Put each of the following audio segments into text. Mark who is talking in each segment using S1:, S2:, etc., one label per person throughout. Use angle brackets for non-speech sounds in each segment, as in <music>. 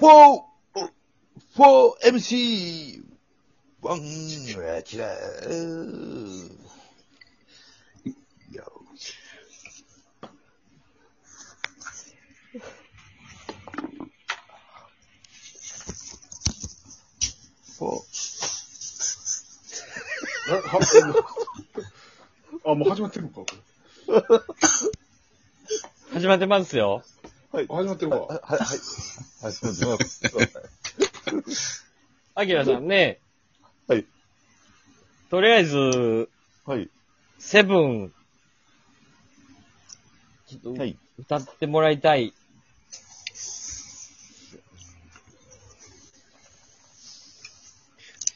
S1: 4、4MC、ワン、ラチラー。よフ
S2: えはあ、もう始まってるのか、こ
S3: 始まってますよ。
S2: れ。あ始 <laughs> まってる
S1: ォーは
S2: か。
S1: い、はい、はい、すみません。
S3: アキラさんね。
S1: はい。
S3: とりあえず、
S1: はい、
S3: セブン、ちょっ
S1: は
S3: と
S1: い。
S3: 歌ってもらいたい。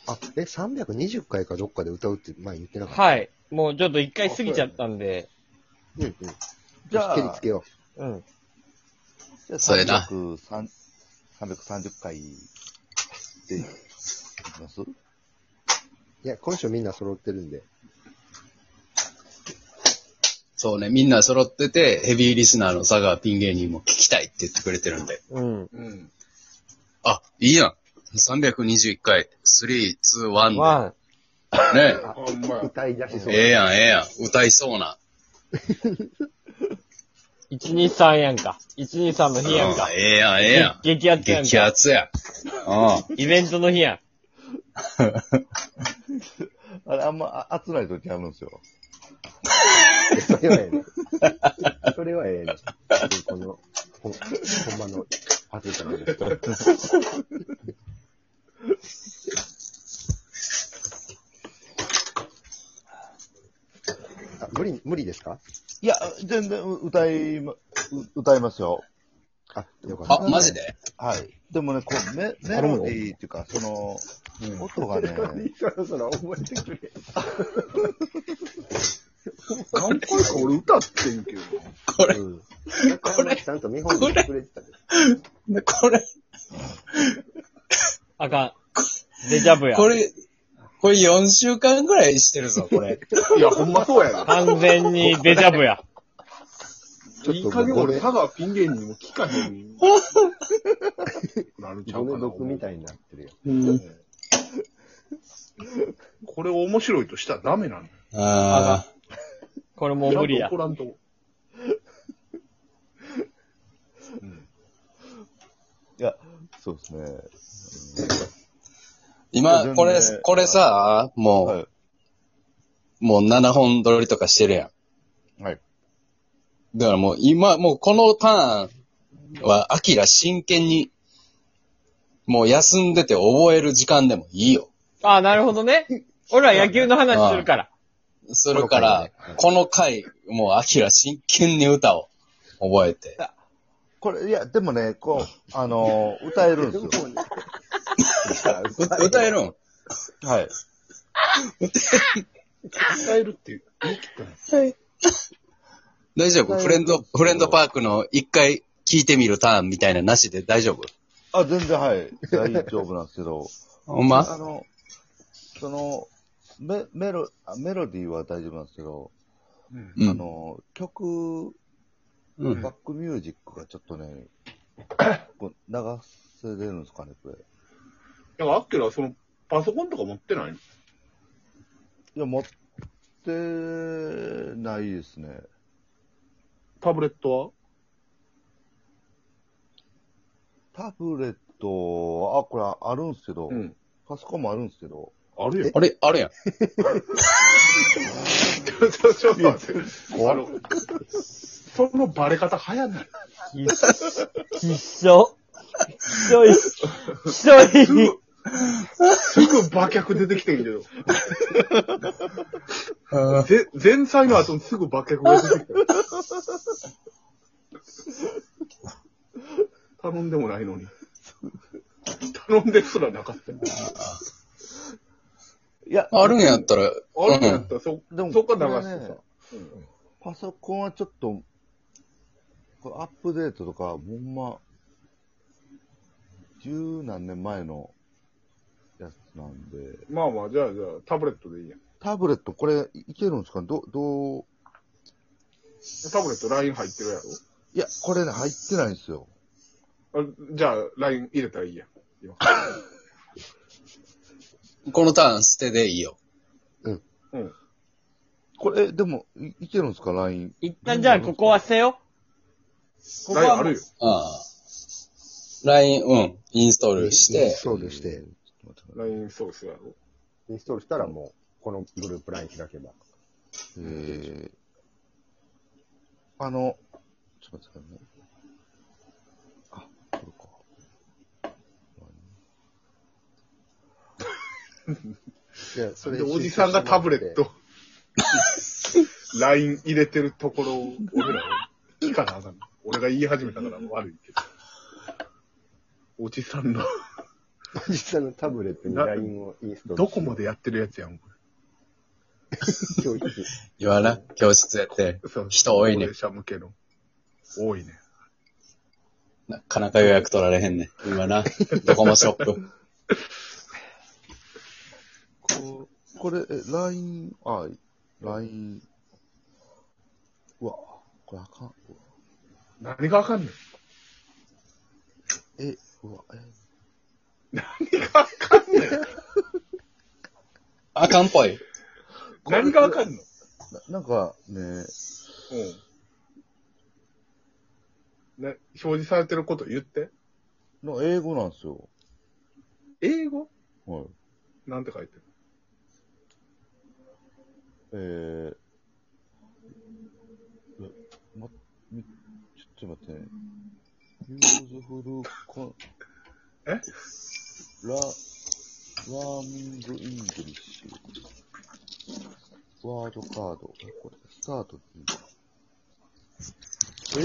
S4: あ、え、320回かどっかで歌うって前言ってなかった。
S3: はい。もうちょっと一回過ぎちゃったんで。
S4: うんうん。
S1: じゃあ
S4: 手につけよ
S3: うん。
S1: じゃあ
S5: そうやな
S1: 330 330回で、いきます
S4: う。いや、今週みんな揃ってるんで。
S5: そうね、みんな揃ってて、ヘビーリスナーの佐川ピン芸人も聞きたいって言ってくれてるんで。
S3: うん。
S2: うん。
S5: あ、いいやん。321回、3、2、1
S3: ワン。
S5: で。ね。
S2: あ、ほんまや。
S4: 歌い出しそう。
S5: ええやん、ええやん。歌いそうな。
S3: 一二三やんか。一二三の
S5: うん
S3: 日やんか。
S5: ええやん、ええ <laughs> やん。
S3: 激激アツやん
S5: 激
S3: か。
S5: アツや。うん。
S3: イベントの日やん。
S1: あれ、あんまあ熱ない時あるんですよ。
S4: それはええな。 <laughs> それはええな。この、ほん、ほんまの、パズルじゃないですか。 <laughs> あ、無理、無理ですか
S1: いや、全然歌いま、う歌いますよ。
S4: あ、よかった。
S5: あ、マジで
S1: はい。でもね、こうメメロディーっていうか、その、音がね、
S4: そろそろ覚えてくれ。
S2: 何回か俺歌ってんけど。
S5: これ、
S4: うん。中山ちゃんと見本にしてくれてたで
S5: これ、
S3: あかん。デジャブや。
S5: これ、これ4週間ぐらいしてるぞ、これ。
S2: いや、ほんまそうやな。
S3: 完全にデジャブや。
S4: ちょっと
S2: いい加減
S4: ごめ
S2: 俺、
S4: ん
S2: 佐川ピン芸人も聞かへん。なるちゃうか
S4: 骨
S2: な。
S4: 毒みたいになってるよ。
S2: これを面白いとしたらダメなんだよ。
S5: <laughs> あ
S3: これもう無理や
S2: ちゃんと怒。らんと。
S1: いや、 <laughs> そうですね。
S5: あ。今、これ
S1: 全然、
S5: これさ、もう、
S1: は
S5: もう7本撮りとかしてるや
S1: い。はい。
S5: ん。だからもう今、もうこのターンは、アキラ真剣に、もう休んでて覚える時間でもいいよ。
S3: あ、なるほどね。俺ら野球の話するから。
S5: するから、この回、もうアキラ真剣に歌を覚えて。
S1: これ、いや、でもね、こう、あのー、歌えるん <laughs> ですよ。
S5: う歌えるん
S1: はい。
S2: 歌えるって言い切ったね。
S5: 大丈夫フレンド、フレンドパークの一回聞いてみるターンみたいななしで大丈夫
S1: あ、全然、はい。大丈夫なんですけど。
S5: ほん
S1: あ
S5: ま
S1: の、その、メメロ、あメロディーは大丈夫なんですけど、
S2: うん。
S5: う
S1: あ
S5: ん。
S1: の、曲、
S5: うん
S1: バックミュージックがちょっと
S2: <coughs>
S1: ね、こう流せれるんですかね、これ。
S2: だから、アッケラはその、パソコンとか持ってないの
S1: いや、持ってないですね。
S2: タブレット
S1: タブレット、あ、これあるんですけど、
S2: はうん。
S1: パソコンもあるんですけど、
S2: あるやん。
S5: あれ、あれや
S2: <laughs>
S5: ん。
S2: ちょっと待って。あの、そのバレ方流行んない。
S3: きっ、きっしょ。きっしょい。きっしょ
S2: す
S3: い。
S2: ぐ、すぐ馬脚出てきてんけど。ぜ前菜の後にすぐ馬脚が出てきた。頼んでもないのに。頼んですらなかったよ。
S1: いや、
S5: あるんやったら、
S2: あれ
S5: う
S2: や
S5: ん
S2: っ。たらそ、
S1: でも
S2: そっから流し
S1: こ
S2: て
S1: れ
S2: さ
S1: ね。パソコンはちょっと、これアップデートとか、ほんま、十何年前のやつなんで、
S2: まあまあ、じゃあじゃあ、タブレットでいいやん。
S1: タブレット、これ、いけるんですかど、どう、
S2: タブレット LINE 入ってるやろ
S1: いや、これね、入ってないんですよ。
S2: あじゃあ、LINE 入れたらいいや。
S5: このターン捨てでいいよ。
S1: これ、えでも、いいけるんですか ?LINE。
S3: 一旦じゃあ、ここは捨てよう。ここ
S2: LINE
S3: は
S2: あるよ。
S5: ああ。LINE、うん、インストールして、
S4: そうでして、
S1: 待って
S2: LINE ソースやろ。
S4: インストールしたらもう、このグループ LINE 開けば。
S1: えー、あの、ちょっと待ってくださいね。あ、これか。
S4: いや、そ
S2: で、おじさんがタブレット、LINE 入れてるところを、俺ら、聞かなあかん。俺が言い始めたから悪いけど。おじさんの、
S4: おじさんのタブレットに LINE をインストール
S2: どこまでやってるやつやん。こ
S4: 教育
S5: 言わな、教室やって
S2: れそう。
S5: 人多い
S2: 高
S5: ね
S2: 齢者向けの。多いね。
S5: なかなか予約取られへんね。今な、ドコモショップ。
S1: ここれ、え、LINE、あ、LINE。うわ、これあかん。うわ
S2: 何があかんねん。
S1: え、うわ、え、
S2: 何があかんねん。
S5: <laughs> あかんっぽい。
S2: 何があかんの
S1: ななんかね、
S2: うん。ね、表示されてること言って。
S1: の英語なんですよ。
S2: 英語
S1: はい。
S2: なんて書いてる
S1: えー、えま、みちょっと待ってね。ユーズフルコン、
S2: え
S1: ラ、ラーミングイングリッシュ。ワードカード。えこれ、スタートって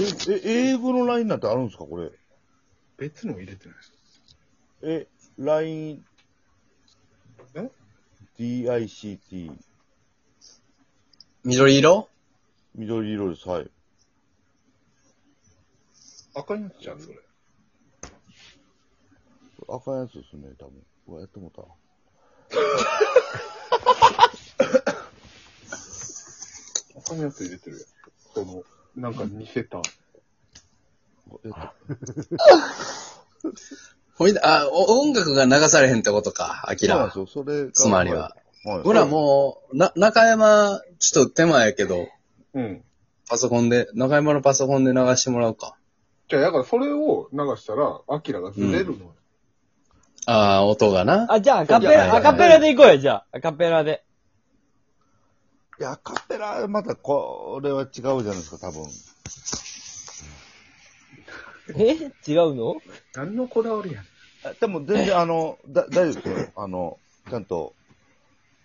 S1: いいえ、え、英語のラインなんてあるんですかこれ。
S2: 別の入れてないです。
S1: え、ライン、
S2: え
S1: ?DICT。
S5: 緑色
S1: 緑色です。はい。
S2: 赤いやつじゃん、それ。
S1: 赤いやつですね、多分。うわ、やってもうた。
S2: <laughs> 赤いやつ入れてるやん。その、なんか似せた。
S1: うわやっ
S5: ほいで、あ、お音楽が流されへんってことか、ア
S1: た
S5: キ
S1: そうなんで
S5: ラ
S1: す。よ。それが。
S5: つまりは。
S1: はい。
S5: ほら、もう、な、中山、ちょっと手前やけど、
S2: うん。
S5: パソコンで、中山のパソコンで流してもらおうか。
S2: じゃあ、だからそれを流したら、アキラがずれるのよ。
S5: ああ、音がな。
S3: あ、じゃあ、アカペ
S5: いやいやい
S3: ラ、
S5: や
S3: アカペラで行こうよ、じゃあ。アカペラで。
S1: いや、アカペラ、また、これは違うじゃないですか、多分。
S3: え違うの
S2: 何のこだわりやね
S1: あでも、全然、あの、だ、大丈夫ですよ。あの、ちゃんと、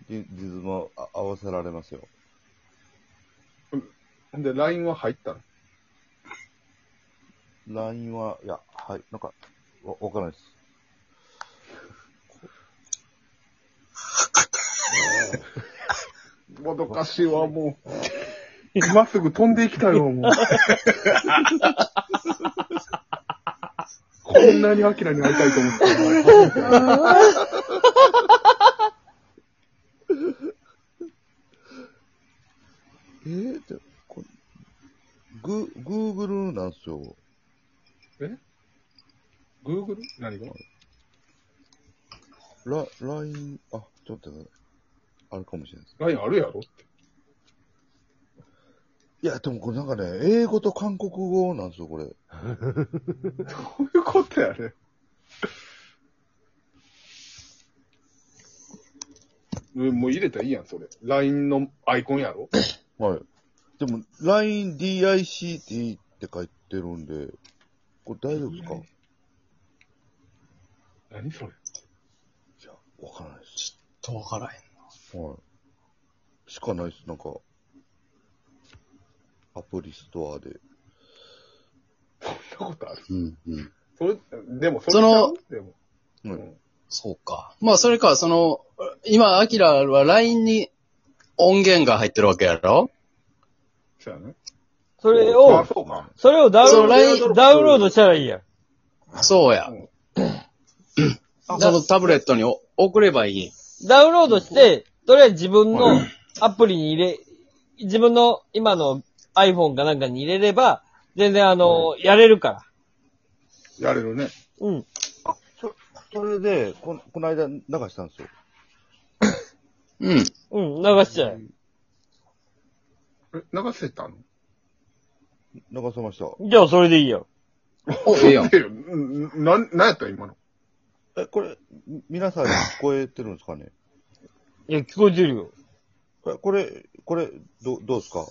S1: リリズムあ合わせられますよ。
S2: ん。ほんで、LINE は入ったの。
S1: LINE は、いや、はい、なんか、わ、わからないです。
S2: もどかしいわ、もう。今すぐ飛んでいきたいわ、 <laughs> もう。こんなにアキラに会いたいと思ってたのに。
S1: えー、で、これ、グ、Google なんですよ。
S2: Google? 何が
S1: ラ、LINE、あ、ちょっと待ってください。あるかもしれないです。
S2: ?LINE あるやろって。
S1: いや、でもこれなんかね、英語と韓国語なんですよ、これ。
S2: こういうことやね。えもう入れたらいいやん、それ。LINE のアイコンやろ
S1: はい。でも、LINE DICT って書いてるんで、これ大丈夫ですか
S2: 何それ
S1: いや、わからないです。
S5: とわからへん。
S1: はい。しかないです、なんか。アプリストアで。
S2: そんなことある
S5: うん、うん。
S2: それ、でもそれ
S5: その
S2: ちゃうでも
S1: うん。
S5: そうか。まあ、それか、その、今、アキラは LINE に音源が入ってるわけやろ
S2: そうやね。
S3: それ
S2: あ、
S3: を、
S2: そうか。
S3: それをダウンロー
S5: そ
S3: ド、
S5: の
S3: ダウンロードしたらいいやん。
S5: そうや。
S2: うん
S5: そのタブレットにお送ればいい。
S3: ダウンロードして、とりあえず自分のアプリに入れ、自分の今の iPhone かなんかに入れれば、全然あの、やれるから。
S2: やれるね。
S3: うん。
S1: それで、ここの間流したんですよ。
S5: うん。
S3: うん、流しちゃえ。
S2: え、流せたの
S1: 流せました。
S3: じゃあ、それでいいよ。
S5: お、ええやん。
S2: え、うんなん、なんやった今の。
S1: え、これ、み皆さんに聞こえてるんですかね
S3: いや、聞こえてるよ。
S1: え、これ、これ、ど、どうですか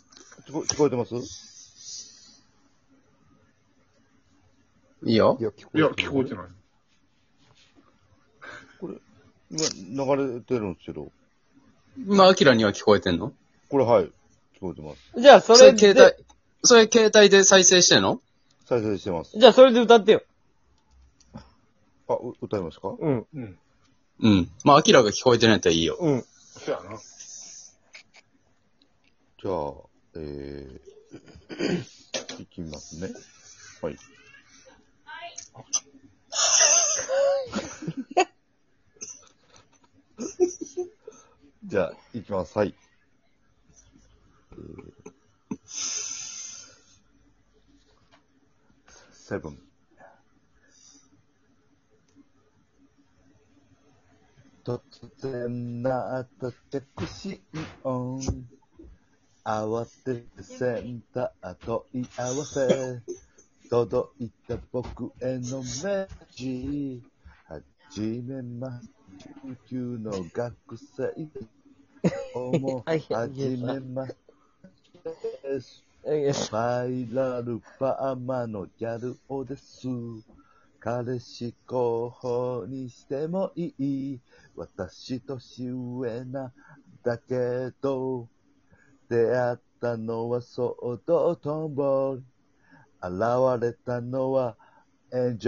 S1: 聞こ聞こえてます
S5: いいよ
S4: い。や、聞こ
S2: いや、聞こえて
S4: い。
S2: ない。
S1: いや流れてるんですけど。
S5: 今、アキラには聞こえてんの
S1: これ、はい。聞こえてます。
S3: じゃあ、そ
S5: そ
S3: れ
S5: れ
S3: で、
S5: 携帯、それ携帯で再生してんの
S1: 再生してます。
S3: じゃあ、それで歌ってよ。
S1: あ、う歌いますか
S3: うん、
S2: うん。
S5: うん。まあ、アキラが聞こえてないったらいいよ。
S3: うん。
S2: そやな。
S1: じゃあ、えー、いきますね。はい。じゃあ、いきます。はい。えーセブン。突然なった着信音。慌ててセンター問い合わせ。届いた僕へのメッセージ。はじめまして、19の学生。どうも、はじめましてです。
S3: え
S1: バイラルパーマのギャル男です。彼氏候補にしてもいい。私年上なんだけど、出会ったのはそうトンボ。現れたのはエンジェル